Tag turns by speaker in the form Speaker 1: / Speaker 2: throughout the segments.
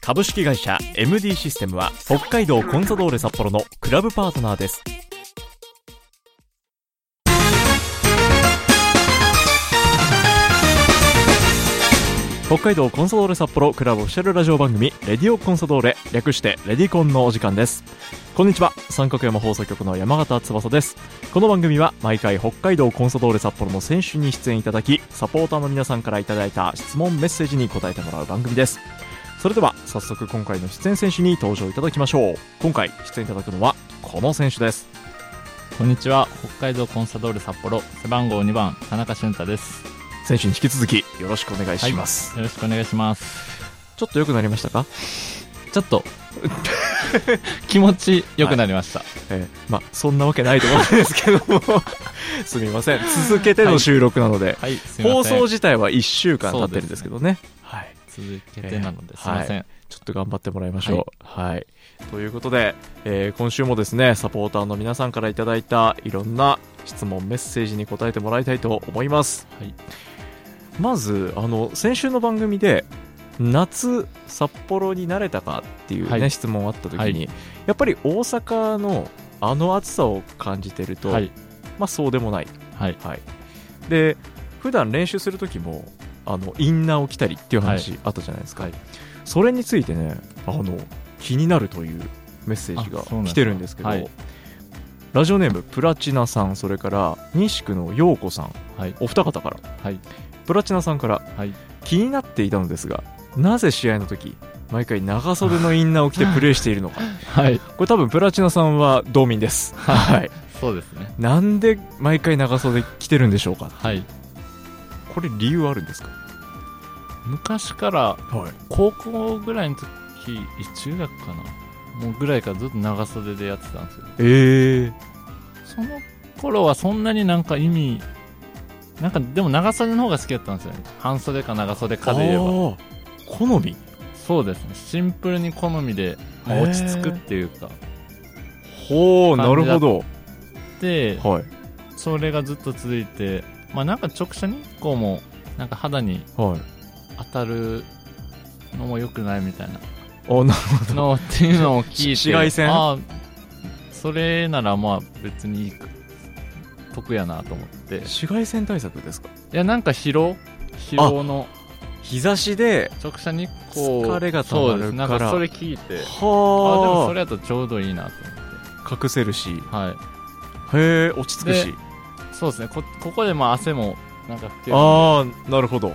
Speaker 1: 株式会社 MD システムは北海道コンサドーレ札幌のクラブパートナーです北海道コンサドーレ札幌クラブオフィシャルラジオ番組「レディオコンサドーレ」略して「レディコン」のお時間ですこんにちは三角山放送局の山形翼ですこの番組は毎回北海道コンサドーレ札幌の選手に出演いただきサポーターの皆さんからいただいた質問メッセージに答えてもらう番組ですそれでは早速今回の出演選手に登場いただきましょう今回出演いただくのはこの選手です
Speaker 2: こんにちは北海道コンサドール札幌背番号2番田中俊太です
Speaker 1: 選手に引き続きよろしくお願いします、
Speaker 2: よろしくお願いします
Speaker 1: ちょっと良くなりましたか、
Speaker 2: ちょっと気持ち良くなりました、
Speaker 1: えーまあそんなわけないと思うんですけども すみません続けての収録なので、
Speaker 2: はい、すいま
Speaker 1: 放
Speaker 2: せん
Speaker 1: 送自体は1週間経ってるんですけどねはい
Speaker 2: 続けてなので
Speaker 1: えー
Speaker 2: すいません、
Speaker 1: ちょっと頑張ってもらいましょう。はい。ということで、えー今週もですね、サポーターの皆さんからいただいたいろんな質問、メッセージに答えてもらいたいと思います。
Speaker 2: はい
Speaker 1: まず、あの、先週の番組で、夏、札幌に慣れたかっていうね、
Speaker 2: はい
Speaker 1: 質問あった時に、
Speaker 2: はい
Speaker 1: やっぱり大阪のあの暑さを感じてると、
Speaker 2: はい
Speaker 1: まあそうでもない。
Speaker 2: はい
Speaker 1: はい。で、普段練習する時も、あの、インナーを着たりっていう話あったじゃないですか。
Speaker 2: はい
Speaker 1: それについてねあの気になるというメッセージが
Speaker 2: あそうなんで
Speaker 1: 来
Speaker 2: すか
Speaker 1: てるんですけど
Speaker 2: はい
Speaker 1: ラジオネームプラチナさんそれから西区の陽子さん
Speaker 2: はい
Speaker 1: お二方から
Speaker 2: はい
Speaker 1: プラチナさんから
Speaker 2: はい
Speaker 1: 気になっていたのですがなぜ試合の時毎回長袖のインナーを着てプレーしている のか
Speaker 2: はい
Speaker 1: これ多分プラチナさんは道民ですはい
Speaker 2: そうですね
Speaker 1: なんで毎回長袖着てるんでしょうか
Speaker 2: はい
Speaker 1: これ理由あるんですか
Speaker 2: 昔から
Speaker 1: はい
Speaker 2: 高校ぐらいの時中学かなもうぐらいからずっと長袖でやってたんですよ
Speaker 1: えー、
Speaker 2: その頃はそんなになんか意味なんかでも長袖の方が好きだったんですよね半袖か長袖かで言えば
Speaker 1: あー好み
Speaker 2: そうですねシンプルに好みで、まあ
Speaker 1: へー
Speaker 2: 落ち着くっていうか
Speaker 1: ほうなるほど
Speaker 2: で
Speaker 1: はい
Speaker 2: それがずっと続いてまあなんか直射日光もなんか肌に
Speaker 1: はい
Speaker 2: 当たるのも良くないみたいな
Speaker 1: あな
Speaker 2: のっていうのを聞いて
Speaker 1: 紫外線
Speaker 2: ああそれならまあ別にいいか得やなと思ってい
Speaker 1: 紫外線対策ですか
Speaker 2: やなんか疲労疲労の
Speaker 1: 日差しで
Speaker 2: 直射日光
Speaker 1: 疲れが溜まる
Speaker 2: そうですなん
Speaker 1: か
Speaker 2: からそれ聞いてああでもそ
Speaker 1: は
Speaker 2: れだとちょうどいいなと思って
Speaker 1: あ隠せるしへ
Speaker 2: はい
Speaker 1: え落ち着くし
Speaker 2: でそうですねこここでまあ汗もなんか拭ける
Speaker 1: ああなるほど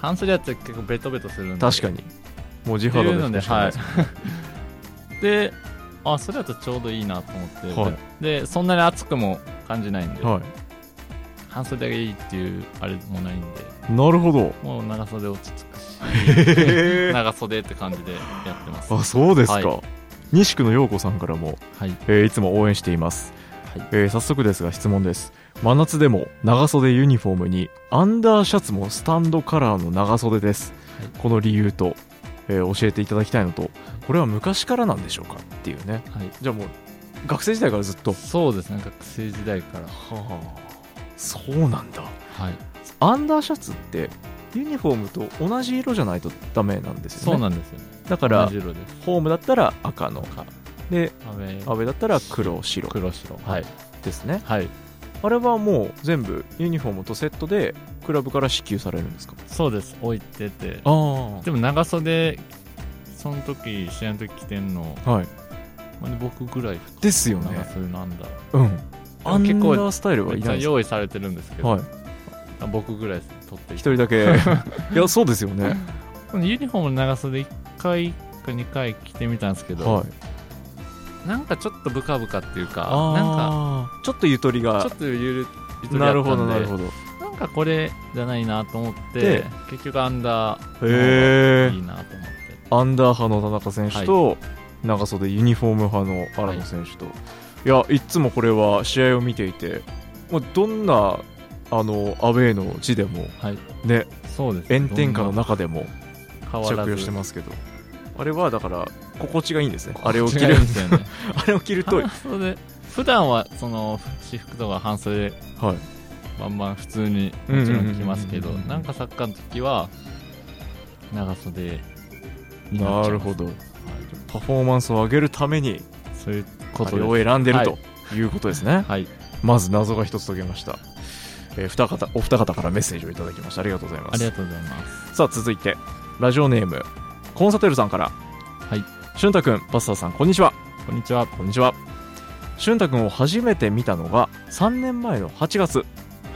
Speaker 2: 半袖やつは結構ベトベトするんで
Speaker 1: 確か
Speaker 2: に
Speaker 1: にもう自
Speaker 2: って
Speaker 1: 肌
Speaker 2: いう
Speaker 1: で
Speaker 2: ので
Speaker 1: 拭くしかな
Speaker 2: はい
Speaker 1: です
Speaker 2: い であそれだとちょうどいいなと思って、
Speaker 1: はい
Speaker 2: でそんなに暑くも感じないんで、
Speaker 1: はい
Speaker 2: 半袖がいいっていうあれもないんで
Speaker 1: なるほど
Speaker 2: もう長袖落ち着くし
Speaker 1: へえ
Speaker 2: 長袖って感じでやってま す
Speaker 1: あそうですか
Speaker 2: は
Speaker 1: 西区の陽子さんからも
Speaker 2: はい
Speaker 1: えーいつも応援しています
Speaker 2: はい
Speaker 1: えー早速ですが質問です真夏でも長袖ユニフォームにアンダーシャツもスタンドカラーの長袖です
Speaker 2: はい
Speaker 1: この理由とえー教えていただきたいのとこれは昔からなんでしょうかっていうね
Speaker 2: はい
Speaker 1: じゃあもう学生時代からずっと
Speaker 2: そうですね学生時代から
Speaker 1: はあそうなんだ
Speaker 2: はい
Speaker 1: アンダーシャツってユニフォームと同じ色じゃないとダメなんですよね
Speaker 2: そうなんですよね
Speaker 1: だか
Speaker 2: 同
Speaker 1: ら
Speaker 2: じ色です
Speaker 1: ホームだったら赤の
Speaker 2: 赤
Speaker 1: で
Speaker 2: 雨
Speaker 1: アウェーだったら黒白
Speaker 2: 黒白はい
Speaker 1: ですね
Speaker 2: はい
Speaker 1: あれはもう全部ユニフォームとセットでクラブから支給されるんですか
Speaker 2: そうです置いてて
Speaker 1: ああ
Speaker 2: でも長袖その時試合の時着てんの
Speaker 1: はい
Speaker 2: まあね僕ぐらいです
Speaker 1: ですよ
Speaker 2: 長
Speaker 1: ね
Speaker 2: 袖なんだ
Speaker 1: うんアンダ
Speaker 2: 結構
Speaker 1: ースタイルは
Speaker 2: め
Speaker 1: い
Speaker 2: っ
Speaker 1: な
Speaker 2: ちゃ
Speaker 1: いです
Speaker 2: 用意されてるんですけど、
Speaker 1: はい
Speaker 2: あ僕ぐらいです取って
Speaker 1: 一
Speaker 2: い
Speaker 1: 人だけ いやそうですよね
Speaker 2: てユニフォームの長袖1回か2回着てみたんですけど、
Speaker 1: はい
Speaker 2: なんかちょっとブカブカっていうかな
Speaker 1: ああちょっとゆとり
Speaker 2: んか
Speaker 1: が
Speaker 2: ちょっとゆるゆとりあ
Speaker 1: な
Speaker 2: った
Speaker 1: る
Speaker 2: んで
Speaker 1: ほどなるほどへ
Speaker 2: なんかこれじゃないなと思って
Speaker 1: で
Speaker 2: 結局アンダー
Speaker 1: え
Speaker 2: いいなと思って
Speaker 1: アンダー派の田中選手と、長袖ユニフォーム派の荒野選手と、い、やいつもこれは試合を見ていて、まあ、どんなあのアウェーの地でも、
Speaker 2: はい
Speaker 1: ね、
Speaker 2: そうです
Speaker 1: 炎天下の中でも
Speaker 2: 変わら
Speaker 1: 着
Speaker 2: ず
Speaker 1: 用してますけどあれはだから心地がいいんですねあ
Speaker 2: あ
Speaker 1: れ
Speaker 2: れ
Speaker 1: を
Speaker 2: を
Speaker 1: 着
Speaker 2: 着
Speaker 1: る
Speaker 2: るんですよね
Speaker 1: あれを着ると、はい
Speaker 2: 半、袖普段はその私服とか半袖バンバン普通にもちろん着ますけど
Speaker 1: うんうんうんうん
Speaker 2: なんかサッカーの時は長袖にな
Speaker 1: な
Speaker 2: っちゃいます
Speaker 1: るほど
Speaker 2: はい
Speaker 1: パフォーマンスを上げるために
Speaker 2: そういうこ
Speaker 1: ことれ
Speaker 2: で
Speaker 1: を選んでる
Speaker 2: はい
Speaker 1: ということですね、
Speaker 2: すはい
Speaker 1: まず謎が一つ解けました、えー二方お二方からメッセージをいただきましたありがとうございま
Speaker 2: あり
Speaker 1: す
Speaker 2: がとうございます
Speaker 1: さあ続いてラジオネームコンサテルさんから
Speaker 2: はい
Speaker 1: 俊太くんパスターさんこんにちは
Speaker 2: こんにちは
Speaker 1: こんにちは俊太くんを初めて見たのが3年前の8月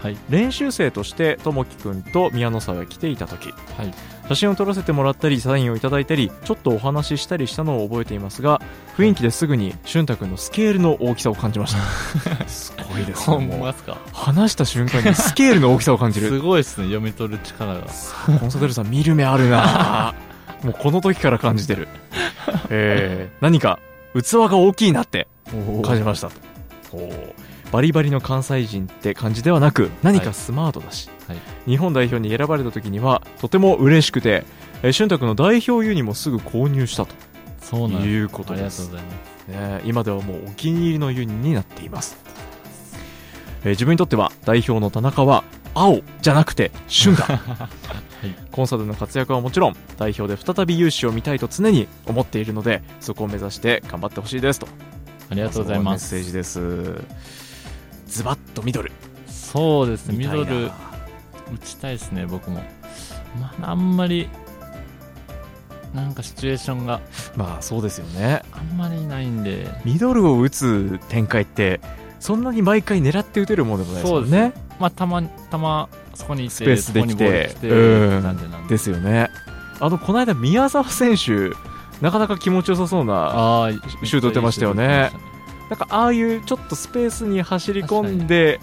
Speaker 2: はい
Speaker 1: 練習生としてともきくんと宮野さんが来ていた時
Speaker 2: はい
Speaker 1: 写真を撮らせてもらったりサインをいただいたりちょっとお話ししたりしたのを覚えていますが雰囲気ですぐに俊太くんのスケールの大きさを感じましたすごいですね
Speaker 2: 思い
Speaker 1: もう
Speaker 2: ますか
Speaker 1: 話した瞬間にスケールの大きさを感じる
Speaker 2: すごいですね読み取る力が
Speaker 1: コンサドルさん見る目ある なもうこの時から感じてる、えー何か器が大きいなって感じましたおーバリバリの関西人って感じではなく何かスマートだし、
Speaker 2: はい
Speaker 1: 日本代表に選ばれた時にはとても嬉しくて、えー、俊太君の代表ユニもすぐ購入したと
Speaker 2: そうなんです
Speaker 1: いうこと
Speaker 2: あり
Speaker 1: で
Speaker 2: がとう
Speaker 1: す
Speaker 2: ございます
Speaker 1: ね、今ではもうお気に入りのユニになっています、えー自分にとっては代表の田中は青じゃなくて旬 だ、コンサルの活躍はもちろん代表で再び勇姿を見たいと常に思っているのでそこを目指して頑張ってほしいですとあ
Speaker 2: ありがとうございます
Speaker 1: メッセージですズバッとミドル
Speaker 2: そうですね
Speaker 1: み
Speaker 2: ミ
Speaker 1: たい
Speaker 2: ド
Speaker 1: な
Speaker 2: ル打ちたいですね僕もまああんまりなんかシチュエーションが
Speaker 1: まあそうですよね
Speaker 2: あんまりないんで
Speaker 1: ミドルを打つ展開ってそんなに毎回狙って打てるものでもないですよね
Speaker 2: まあたまたまそこにいて
Speaker 1: スペースできて
Speaker 2: そこにボール来
Speaker 1: うん
Speaker 2: てなんでなんで
Speaker 1: ですよねあのこの間宮沢選手なかなか気持ちよさそうな
Speaker 2: ああ
Speaker 1: シュート打てましたよねなんかああいうちょっとスペースに走り込んで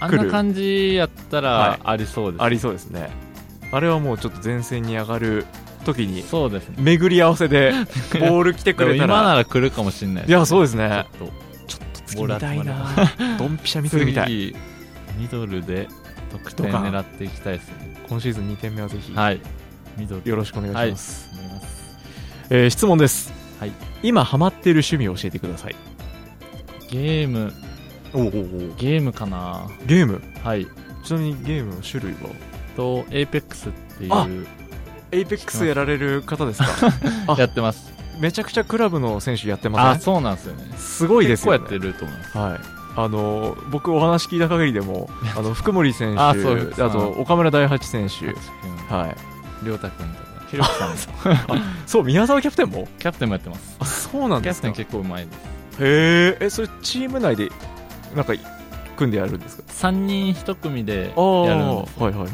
Speaker 2: あん
Speaker 1: 来
Speaker 2: な
Speaker 1: る
Speaker 2: 感じやった
Speaker 1: はい
Speaker 2: らありそうです、
Speaker 1: ありそうですねあれはもうちょっと前線に上がる時に
Speaker 2: そうですね
Speaker 1: 巡り合わせ でボール来て
Speaker 2: で
Speaker 1: く
Speaker 2: も
Speaker 1: れた
Speaker 2: 今な
Speaker 1: ら
Speaker 2: ら来るかもしれない
Speaker 1: いやそうですね
Speaker 2: ちょっ
Speaker 1: ちょっと次
Speaker 2: ボール
Speaker 1: 見たいな
Speaker 2: 集
Speaker 1: ドンピシャ
Speaker 2: と
Speaker 1: 見てみた い
Speaker 2: 次ミドルで得点
Speaker 1: とか
Speaker 2: 狙っていきたいですね
Speaker 1: 今シーズン2点目はぜひ
Speaker 2: はいミドル
Speaker 1: よろしくお願いします、
Speaker 2: はいお願いします
Speaker 1: えー質問です、
Speaker 2: はい
Speaker 1: 今ハマっている趣味を教えてください
Speaker 2: ゲーム
Speaker 1: おお
Speaker 2: ゲームかな
Speaker 1: ゲーム
Speaker 2: はい
Speaker 1: ちなみにゲームの種類は
Speaker 2: と APEX ってい
Speaker 1: あ
Speaker 2: う
Speaker 1: エイペックスやられる方です かあ
Speaker 2: やってます
Speaker 1: めちゃくちゃクラブの選手やってま
Speaker 2: あ
Speaker 1: すね
Speaker 2: そうなんですよね
Speaker 1: すごいです
Speaker 2: こう
Speaker 1: よ
Speaker 2: や
Speaker 1: ね
Speaker 2: ってると思います
Speaker 1: はいあの僕お話聞いた限りで もあの福森選手
Speaker 2: あ
Speaker 1: あ
Speaker 2: そうです
Speaker 1: と岡村大八選手はい
Speaker 2: りょうたくんとかひろきさんも
Speaker 1: そう宮沢キャプテンも
Speaker 2: キャプテンもやってます
Speaker 1: あそうなん
Speaker 2: キ
Speaker 1: で
Speaker 2: ャプ
Speaker 1: すか
Speaker 2: テン
Speaker 1: へ
Speaker 2: 結構うまいで
Speaker 1: ええそれチーム内でなんか組んでやるんですか
Speaker 2: す3人1組でやる
Speaker 1: ああ
Speaker 2: の
Speaker 1: はいはいはい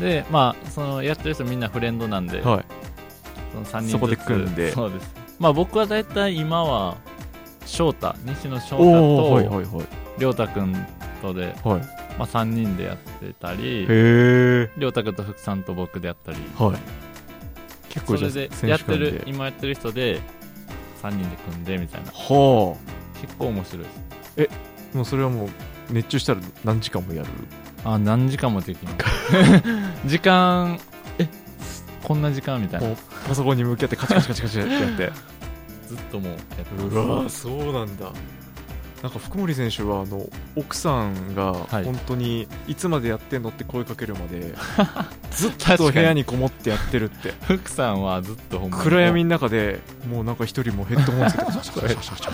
Speaker 2: でまあそのやってる人みんなフレンドなんで、
Speaker 1: はいはい
Speaker 2: その3人ずつ
Speaker 1: そこで組んで
Speaker 2: そうですまあ僕は大体今は翔太西野翔太
Speaker 1: おおはい
Speaker 2: と
Speaker 1: はいはい
Speaker 2: りょうたくんとで、
Speaker 1: はい
Speaker 2: まあ、3人でやってたり
Speaker 1: へえ
Speaker 2: りょうたくんと福さんと僕でやったり
Speaker 1: はい結
Speaker 2: そ
Speaker 1: 構じゃ
Speaker 2: れ
Speaker 1: あ
Speaker 2: で
Speaker 1: 選
Speaker 2: や
Speaker 1: 手
Speaker 2: って
Speaker 1: 間
Speaker 2: る
Speaker 1: で
Speaker 2: 今やってる人で3人で組んでみたいな
Speaker 1: は
Speaker 2: 結構面白いです
Speaker 1: あもうそれはもう熱中したら何時間もやる
Speaker 2: あ何時間もできない 時間えこんな時間みたいな
Speaker 1: こうパソコンに向けてカチカチカチカチってやって
Speaker 2: ずっともうやって
Speaker 1: うわ
Speaker 2: ま
Speaker 1: ー
Speaker 2: す
Speaker 1: そうなんだなんか福森選手はあの奥さんが
Speaker 2: はい
Speaker 1: 本当にいつまでやってんのって声かけるまでずっ
Speaker 2: 確か
Speaker 1: と
Speaker 2: に
Speaker 1: 部屋にこもってやってるって
Speaker 2: 福さんはずっとほんまに
Speaker 1: 暗闇の中でもうなんか一人もうヘッドホンつけてカチャカチャカチャカチャカチ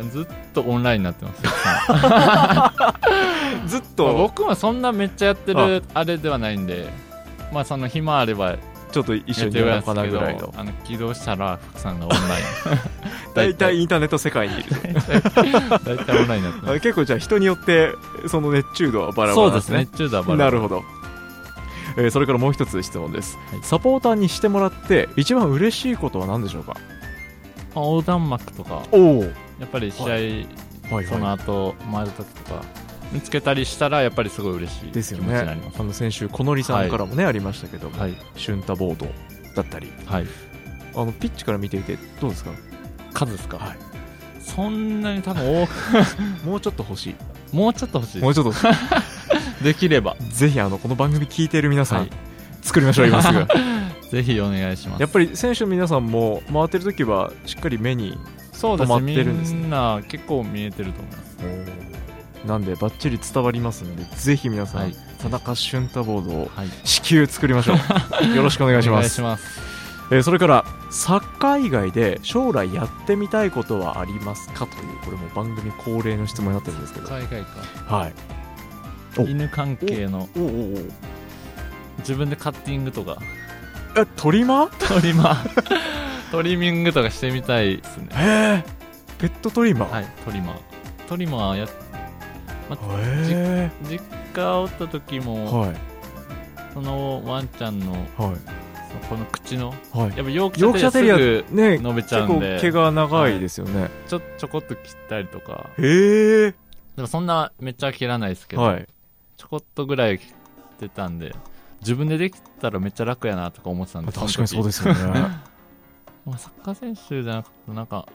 Speaker 1: ャっ
Speaker 2: ずっとオンラインになって ます福さん
Speaker 1: てずっ
Speaker 2: まあ
Speaker 1: と
Speaker 2: 僕もそんなめっちゃやってるあれではないんでまあその暇あればや
Speaker 1: ちょっと一緒
Speaker 2: っ
Speaker 1: に
Speaker 2: て
Speaker 1: や
Speaker 2: る
Speaker 1: ろ
Speaker 2: や
Speaker 1: う
Speaker 2: つ
Speaker 1: か
Speaker 2: け
Speaker 1: なぐ
Speaker 2: ど
Speaker 1: らいの
Speaker 2: あの起動したら福さんがオンライン
Speaker 1: 大体インターネット世界にいる
Speaker 2: 大体オンラインになってま
Speaker 1: あ結構じゃあ人によってその熱中度は バラ
Speaker 2: す
Speaker 1: バ
Speaker 2: そう
Speaker 1: ラで
Speaker 2: です
Speaker 1: す
Speaker 2: ね
Speaker 1: ね
Speaker 2: 熱中だバラ
Speaker 1: なるほど、えーそれからもう一つ質問です、
Speaker 2: はい
Speaker 1: サポーターにしてもらって一番嬉しいことは何でしょうか
Speaker 2: まあ横断幕とか
Speaker 1: おおはい
Speaker 2: やっぱり試合、
Speaker 1: ははい
Speaker 2: その後回る時とか見つけたりしたらやっぱりすごい嬉しい気
Speaker 1: です
Speaker 2: 持ち
Speaker 1: よ
Speaker 2: になり
Speaker 1: ね
Speaker 2: ます
Speaker 1: あの先週小則さんからもね、ありましたけども、
Speaker 2: はい
Speaker 1: シュンタボードだったり
Speaker 2: はい
Speaker 1: あのピッチから見ていてどうですか
Speaker 2: 数ですか、
Speaker 1: はい
Speaker 2: そんなに多分多 く
Speaker 1: もうちょっと欲し
Speaker 2: もうちょっと欲し
Speaker 1: い
Speaker 2: い
Speaker 1: もうちょっと欲し
Speaker 2: できれば
Speaker 1: いぜひあのこの番組聞いている皆さん、
Speaker 2: はい
Speaker 1: 作りましょう 今すぐ
Speaker 2: ぜひお願いします
Speaker 1: やっぱり選手の皆さんも回ってる時はしっかり目に
Speaker 2: そう
Speaker 1: 止
Speaker 2: です
Speaker 1: まってるんですね
Speaker 2: みんな結構見えてると思います
Speaker 1: なんでバッチリ伝わりますのでぜひ皆さん、
Speaker 2: はい
Speaker 1: 田中俊太ボードを
Speaker 2: はい
Speaker 1: 至急作りましょ うよろしくお願いし
Speaker 2: お
Speaker 1: ま
Speaker 2: 願い
Speaker 1: す
Speaker 2: します
Speaker 1: えーそれからサッカー以外で将来やってみたいことはありますかというこれも番組恒例の質問になってるんですけど
Speaker 2: 海外か
Speaker 1: はいお
Speaker 2: 犬関係の
Speaker 1: おおお
Speaker 2: 自分でカッティングとか
Speaker 1: えトリマー
Speaker 2: トリマー トリミングとかしてみたいですね
Speaker 1: えペットトリマー、
Speaker 2: はいトリマートリマーや
Speaker 1: へ
Speaker 2: 実家おった時
Speaker 1: え
Speaker 2: も、
Speaker 1: はい
Speaker 2: そのワンちゃんの
Speaker 1: は
Speaker 2: そのこの口の
Speaker 1: いはい
Speaker 2: やっぱヨークシ
Speaker 1: ヨークシャ
Speaker 2: ャ
Speaker 1: テ
Speaker 2: テ
Speaker 1: リ
Speaker 2: リ
Speaker 1: ア
Speaker 2: アす
Speaker 1: ね
Speaker 2: ぐ伸びちゃ
Speaker 1: 結
Speaker 2: うん
Speaker 1: 構
Speaker 2: で
Speaker 1: 毛が長いですよね、
Speaker 2: ちょちょこっと切ったりとか
Speaker 1: へえ
Speaker 2: でもそんなめっちゃ切らないですけど、
Speaker 1: はい
Speaker 2: ちょこっとぐらい切ってたんで自分でできたらめっちゃ楽やなとか思ってたんで
Speaker 1: 確かにそう
Speaker 2: で
Speaker 1: です よね
Speaker 2: まあ、サッカー選手じゃなくてなんか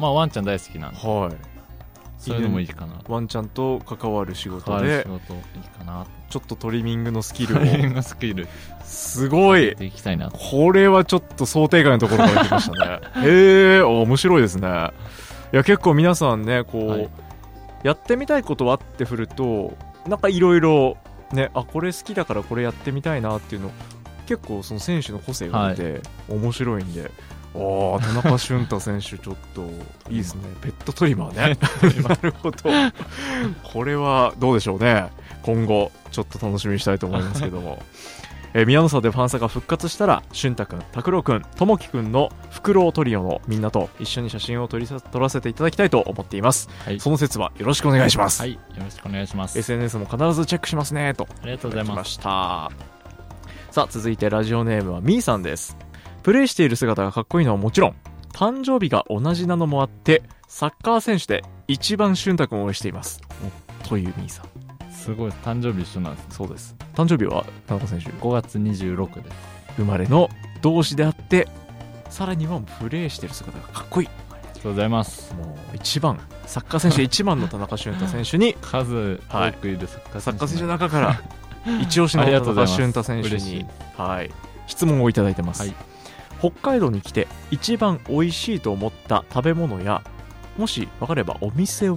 Speaker 2: まあワンちゃん大好きなんで
Speaker 1: は
Speaker 2: そういうのもいいかなと
Speaker 1: いワンちゃんと関わる仕
Speaker 2: 変わ
Speaker 1: 事
Speaker 2: る
Speaker 1: で
Speaker 2: 仕事いいかなと
Speaker 1: ちょっとトリミングのスキ ル
Speaker 2: ト
Speaker 1: を
Speaker 2: レーニングスキル
Speaker 1: すごい
Speaker 2: でいきたいなと
Speaker 1: これはちょっと想定外のところから来ま したね。へえ、面白いですね。いや、結構皆さんね、こう、
Speaker 2: はい
Speaker 1: やってみたいことはって振ると、なんかいろいろ、ね、あ、これ好きだからこれやってみたいなっていうの、結構その選手の個性が出て、面白いんで、ああ、田中俊太選手、ちょっと、いいですね。 ペットトリマーね。なるほど。これはどうでしょうね。今後、ちょっと楽しみにしたいと思いますけど も。えー宮野さんでファンサが復活したら俊太くん、拓郎くん、ともきくんのフクロウトリオのみんなと一緒に写真を撮りさ撮らせていただきたいと思っています、
Speaker 2: はい
Speaker 1: その説はよろしくお願いします、
Speaker 2: はいよろしくお願いします
Speaker 1: SNS も必ずチェックしますねと
Speaker 2: ありがとう
Speaker 1: い
Speaker 2: ご
Speaker 1: ただ
Speaker 2: ざい
Speaker 1: き
Speaker 2: ま
Speaker 1: ますしたさあ続いてラジオネームはみーさんですプレイしている姿がかっこいいのはもちろん誕生日が同じなのもあってサッカー選手で一番俊太くんを応援していますというみーさん
Speaker 2: すごい誕生日一緒なんです
Speaker 1: そうです誕生日は田中選手
Speaker 2: 5月26です
Speaker 1: 生まれの同志であってさらにはもうプレーしてる姿がかっこいい
Speaker 2: ありがとうございます
Speaker 1: もう一番サッカー選手一番の田中俊太選手に
Speaker 2: 数
Speaker 1: はい
Speaker 2: 多くいるサッカー
Speaker 1: サ
Speaker 2: 選
Speaker 1: ッ
Speaker 2: 手,、
Speaker 1: カー選手の中 から一押しの
Speaker 2: あり
Speaker 1: 田
Speaker 2: がとうござ
Speaker 1: 中
Speaker 2: い
Speaker 1: 俊
Speaker 2: ます
Speaker 1: 太選手
Speaker 2: 嬉しい
Speaker 1: に、はい、質問をいただいてます、
Speaker 2: はい
Speaker 1: 北海道に来て一番美味しいと思った食べ物やもし分かればお店を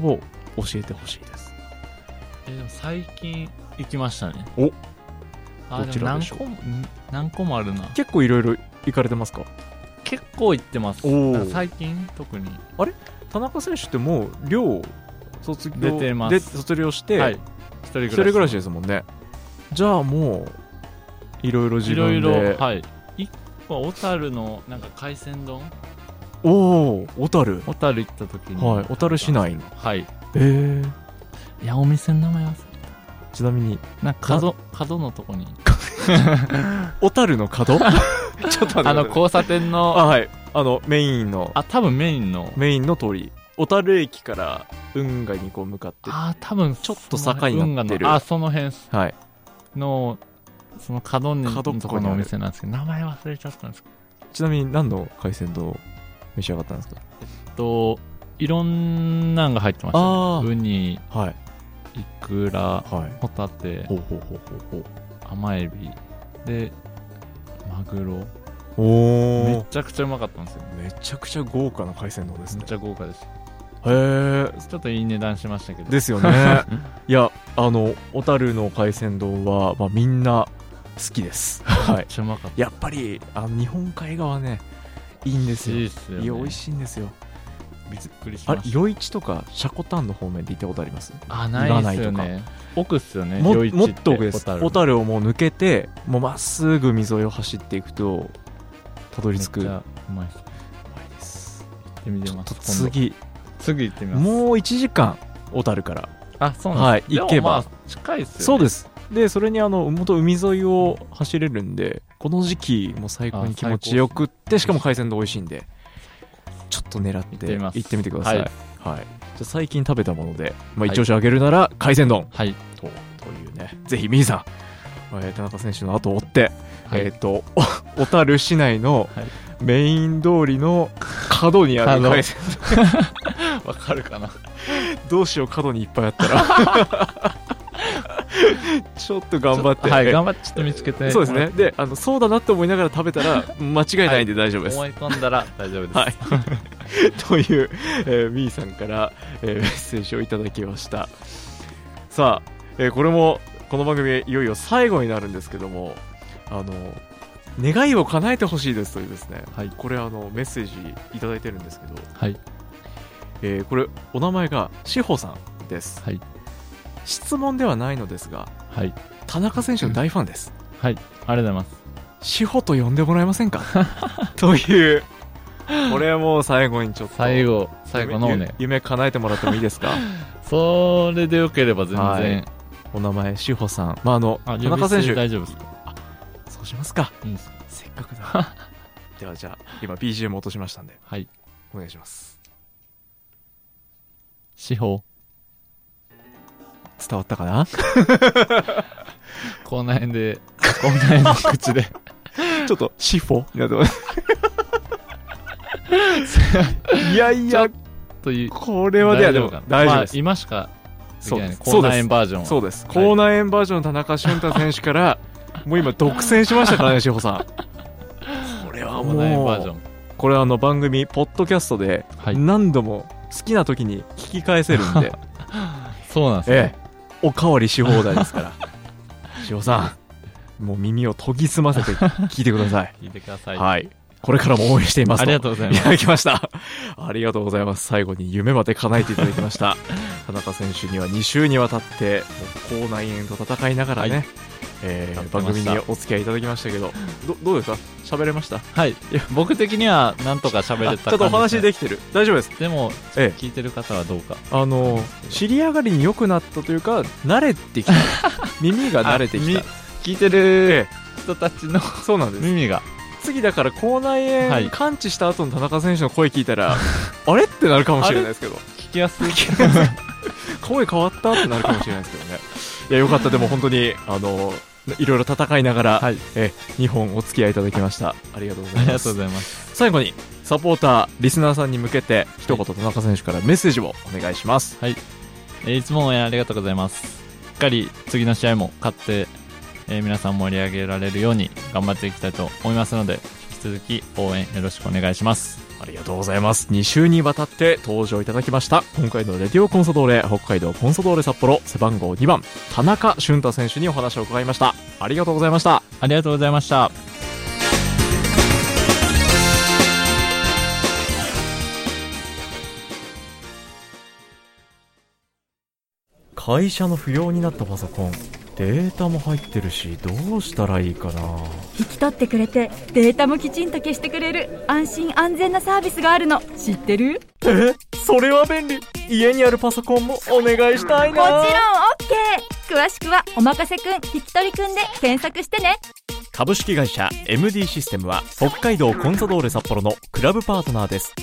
Speaker 1: 教えてほしいです
Speaker 2: えーでも最近行きましたね
Speaker 1: お
Speaker 2: あー
Speaker 1: どち
Speaker 2: でも
Speaker 1: らで
Speaker 2: 何
Speaker 1: しょう
Speaker 2: 個もん何個もあるな
Speaker 1: 結構いろいろ行かれてますか
Speaker 2: 結構行ってます
Speaker 1: おー
Speaker 2: なんか最近特に
Speaker 1: 田中選手ってもう寮を卒業
Speaker 2: 出てます
Speaker 1: で卒業して、
Speaker 2: はい一人暮ら
Speaker 1: 一
Speaker 2: し
Speaker 1: 人暮らしですもんねじゃあもういろいろ自
Speaker 2: いろい
Speaker 1: 分で
Speaker 2: ろはい一個は小樽のなんか海鮮丼
Speaker 1: おお小樽
Speaker 2: 小樽行った時に
Speaker 1: はい小樽市内の
Speaker 2: はい
Speaker 1: えー、
Speaker 2: いやお店の名前忘れ
Speaker 1: ちなみに
Speaker 2: たなんか角角のとこに
Speaker 1: 小樽の角 ちょっと待って
Speaker 2: あの
Speaker 1: こ
Speaker 2: 交差点の
Speaker 1: あはいあのメインの
Speaker 2: あ多分メインの
Speaker 1: メインの通り小樽駅から運河にこう向かって
Speaker 2: あー多分
Speaker 1: ちょっと坂になってる
Speaker 2: 運河のあその辺
Speaker 1: はい
Speaker 2: のその角に
Speaker 1: 角っこにある
Speaker 2: のとこのお店なんですけど名前忘れちゃったんですけ
Speaker 1: ちなみに何の海鮮丼を召し上がったんですか
Speaker 2: どいろんなんが入ってました、
Speaker 1: あー
Speaker 2: ね、ウニ
Speaker 1: はい
Speaker 2: イクラ
Speaker 1: はい
Speaker 2: ホタテ
Speaker 1: ほうほうほうほう
Speaker 2: 甘エビでマグロ
Speaker 1: ほう
Speaker 2: め
Speaker 1: おお
Speaker 2: ちゃくちゃうまかったんですよ
Speaker 1: めちゃくちゃ豪華な海鮮丼です
Speaker 2: め
Speaker 1: ね
Speaker 2: っちゃ豪華です
Speaker 1: へえ
Speaker 2: ちょっといい値段しましたけど
Speaker 1: ですよ ねいやあの小樽の海鮮丼は、まあ、みんな好き です、はい
Speaker 2: めっ、ちゃうまかった
Speaker 1: やっぱりあの日本海側ねいいんですよ
Speaker 2: いいっすよ、ね、
Speaker 1: いや美味
Speaker 2: い
Speaker 1: しいんですよ
Speaker 2: びっくりし
Speaker 1: あ
Speaker 2: ま
Speaker 1: れ
Speaker 2: した
Speaker 1: 余市とかシャコタンの方面で行ったことあります
Speaker 2: あないっすよ
Speaker 1: 岩
Speaker 2: ね奥っすよね
Speaker 1: も
Speaker 2: 夜市
Speaker 1: もっと奥で
Speaker 2: て
Speaker 1: す
Speaker 2: 小樽
Speaker 1: 小樽をもう抜けてもうまっすぐ溝沿いを走っていくとたどり着く
Speaker 2: めっち
Speaker 1: うま
Speaker 2: ゃうまいっ
Speaker 1: い
Speaker 2: す
Speaker 1: です
Speaker 2: 行ってみて
Speaker 1: ちょ
Speaker 2: ま
Speaker 1: っ
Speaker 2: す
Speaker 1: と次
Speaker 2: 今度すぐ行ってみます
Speaker 1: もう1時間小樽から
Speaker 2: あそうなんです、
Speaker 1: はい行けば
Speaker 2: でもまあ近いっすよ、ね、
Speaker 1: そう
Speaker 2: す
Speaker 1: ですでそれにあの元海沿いを走れるんでこの時期もう最高に気持ちよくってしかも海鮮丼美味しいんでちょっと狙っ
Speaker 2: 行って
Speaker 1: て
Speaker 2: みます
Speaker 1: 行ってみてください、は
Speaker 2: はいい
Speaker 1: じゃあ最近食べたもので、まあ、一押しあげるなら海鮮丼
Speaker 2: はい、
Speaker 1: とというねぜひみーさん、えー田中選手の後を追って、
Speaker 2: はい
Speaker 1: えっ、とお小樽市内の、
Speaker 2: はい
Speaker 1: メイン通りの角にある
Speaker 2: 角
Speaker 1: 回線
Speaker 2: わかるかな
Speaker 1: どうしよう角にいっぱいあったら ちょっと頑張って
Speaker 2: はい頑張ってちょっと見つけて
Speaker 1: そうですねであのそうだなって思いながら食べた ら間違いないんで大丈夫です、
Speaker 2: 思い込んだら大丈夫です、
Speaker 1: はい という、えー、みーさんから、えーメッセージをいただきましたさあ、えーこれもこの番組いよいよ最後になるんですけどもあの願いを叶えてほしいですというですね、
Speaker 2: はい
Speaker 1: これあのメッセージいただいてるんですけど、
Speaker 2: はい
Speaker 1: えーこれお名前が志保さんです、
Speaker 2: はい
Speaker 1: 質問ではないのですが
Speaker 2: はい
Speaker 1: 田中選手の大ファンです、
Speaker 2: はいありがとうございます
Speaker 1: 志保と呼んでもらえません かというこれはもう最後にちょっと
Speaker 2: 最後最後の
Speaker 1: 夢
Speaker 2: ね
Speaker 1: 夢叶えてもらってもいいですか
Speaker 2: それでよければ全然、
Speaker 1: はいお名前志保さんまああの
Speaker 2: あ
Speaker 1: 田中選
Speaker 2: 呼び捨て
Speaker 1: 手
Speaker 2: 大丈夫ですか
Speaker 1: そうしますか
Speaker 2: いいんですか
Speaker 1: せっかくだではじゃあ今 BGM 落としましたんで
Speaker 2: はい
Speaker 1: お願いします
Speaker 2: 司法
Speaker 1: 伝わったかな ち
Speaker 2: 口内炎で口内炎の口で
Speaker 1: ょっと志保になってますいやいや
Speaker 2: という
Speaker 1: これはではでも
Speaker 2: かな
Speaker 1: 大丈夫
Speaker 2: ま
Speaker 1: で
Speaker 2: あ
Speaker 1: す、
Speaker 2: 今しかでき
Speaker 1: そう
Speaker 2: な
Speaker 1: で
Speaker 2: いね
Speaker 1: す
Speaker 2: 口内炎バージョンは
Speaker 1: そうです。
Speaker 2: はい
Speaker 1: コーナーエンバージョンの田中俊太選手から、もう今独占しましたからね、志保さん。これは
Speaker 2: 口内炎バージョ
Speaker 1: もう、
Speaker 2: ン
Speaker 1: これはあの番組、ポッドキャストで、
Speaker 2: はい
Speaker 1: 何度も好きな時に聞き返せるんで、
Speaker 2: そうなんですね
Speaker 1: ええ、おかわりし放題ですから。志保さん、もう耳を研ぎ澄ませて聞いてください。
Speaker 2: 聞いてください
Speaker 1: はい。これからも応援 しています
Speaker 2: ありがとうございます
Speaker 1: ただきました。ありがとうございます。最後に夢まで叶えていただきま した。田中選手には2週にわたって、もう口内炎と戦いながらね、
Speaker 2: はい
Speaker 1: えー番
Speaker 2: 頑張って
Speaker 1: 組
Speaker 2: ました
Speaker 1: にお付き合いいただきましたけど、どどうですか喋れました
Speaker 2: はい僕的にはなんとか喋
Speaker 1: あ
Speaker 2: れ
Speaker 1: ち
Speaker 2: た
Speaker 1: ょっとお話
Speaker 2: で
Speaker 1: できてる。大丈夫です。
Speaker 2: でも
Speaker 1: ええ
Speaker 2: 聞いてる方はどうか
Speaker 1: あの、尻上がりに良くなったというか、慣れて きた。耳が慣れてきた
Speaker 2: あ。聞いてる
Speaker 1: え
Speaker 2: 人たちの
Speaker 1: えそうなんです。
Speaker 2: 耳が
Speaker 1: 次だから口内
Speaker 2: は
Speaker 1: 炎
Speaker 2: い
Speaker 1: 完治した後の田中選手の声聞いた ら、あれってなるかもしれないですけど。
Speaker 2: 聞きやすい
Speaker 1: 声変わったってなるかもしれないですけどね。いや、よかった、でも本当に、あの、いろいろ戦いながら、
Speaker 2: はい
Speaker 1: え、2本お付き合いいただきました。ありがとうござ
Speaker 2: あ
Speaker 1: い
Speaker 2: り
Speaker 1: ま
Speaker 2: が
Speaker 1: す。
Speaker 2: とうございます
Speaker 1: 最後に、サポーター、リスナーさんに向けて、一言、田中選手からメッセージをお願いします。
Speaker 2: えーいつも応援ありがとうございますしっかり次の試合も勝って、えー皆さん盛り上げられるように頑張っていきたいと思いますので引き続き応援よろしくお願いします
Speaker 1: ありがとうございます。2週にわたって登場いただきました。今回のレディオコンソドーレ、北海道コンソドーレ札幌、背番号2番、田中俊太選手にお話を伺いました。ありがとうございました。
Speaker 2: ありがとうございました
Speaker 1: 会社の不要になったパソコンデータも入ってるしどうしたらいいかな
Speaker 3: 引き取ってくれてデータもきちんと消してくれる安心安全なサービスがあるの知ってる
Speaker 1: えそれは便利家にあるパソコンもお願いしたい
Speaker 3: もちろん OK 詳しくは「おまかせくん引き取りくん」で検索してね
Speaker 1: 株式会社 MD システムは北海道コンサドーレ札幌のクラブパートナーです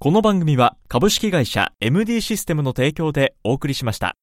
Speaker 1: この番組は株式会社 MD システムの提供でお送りしました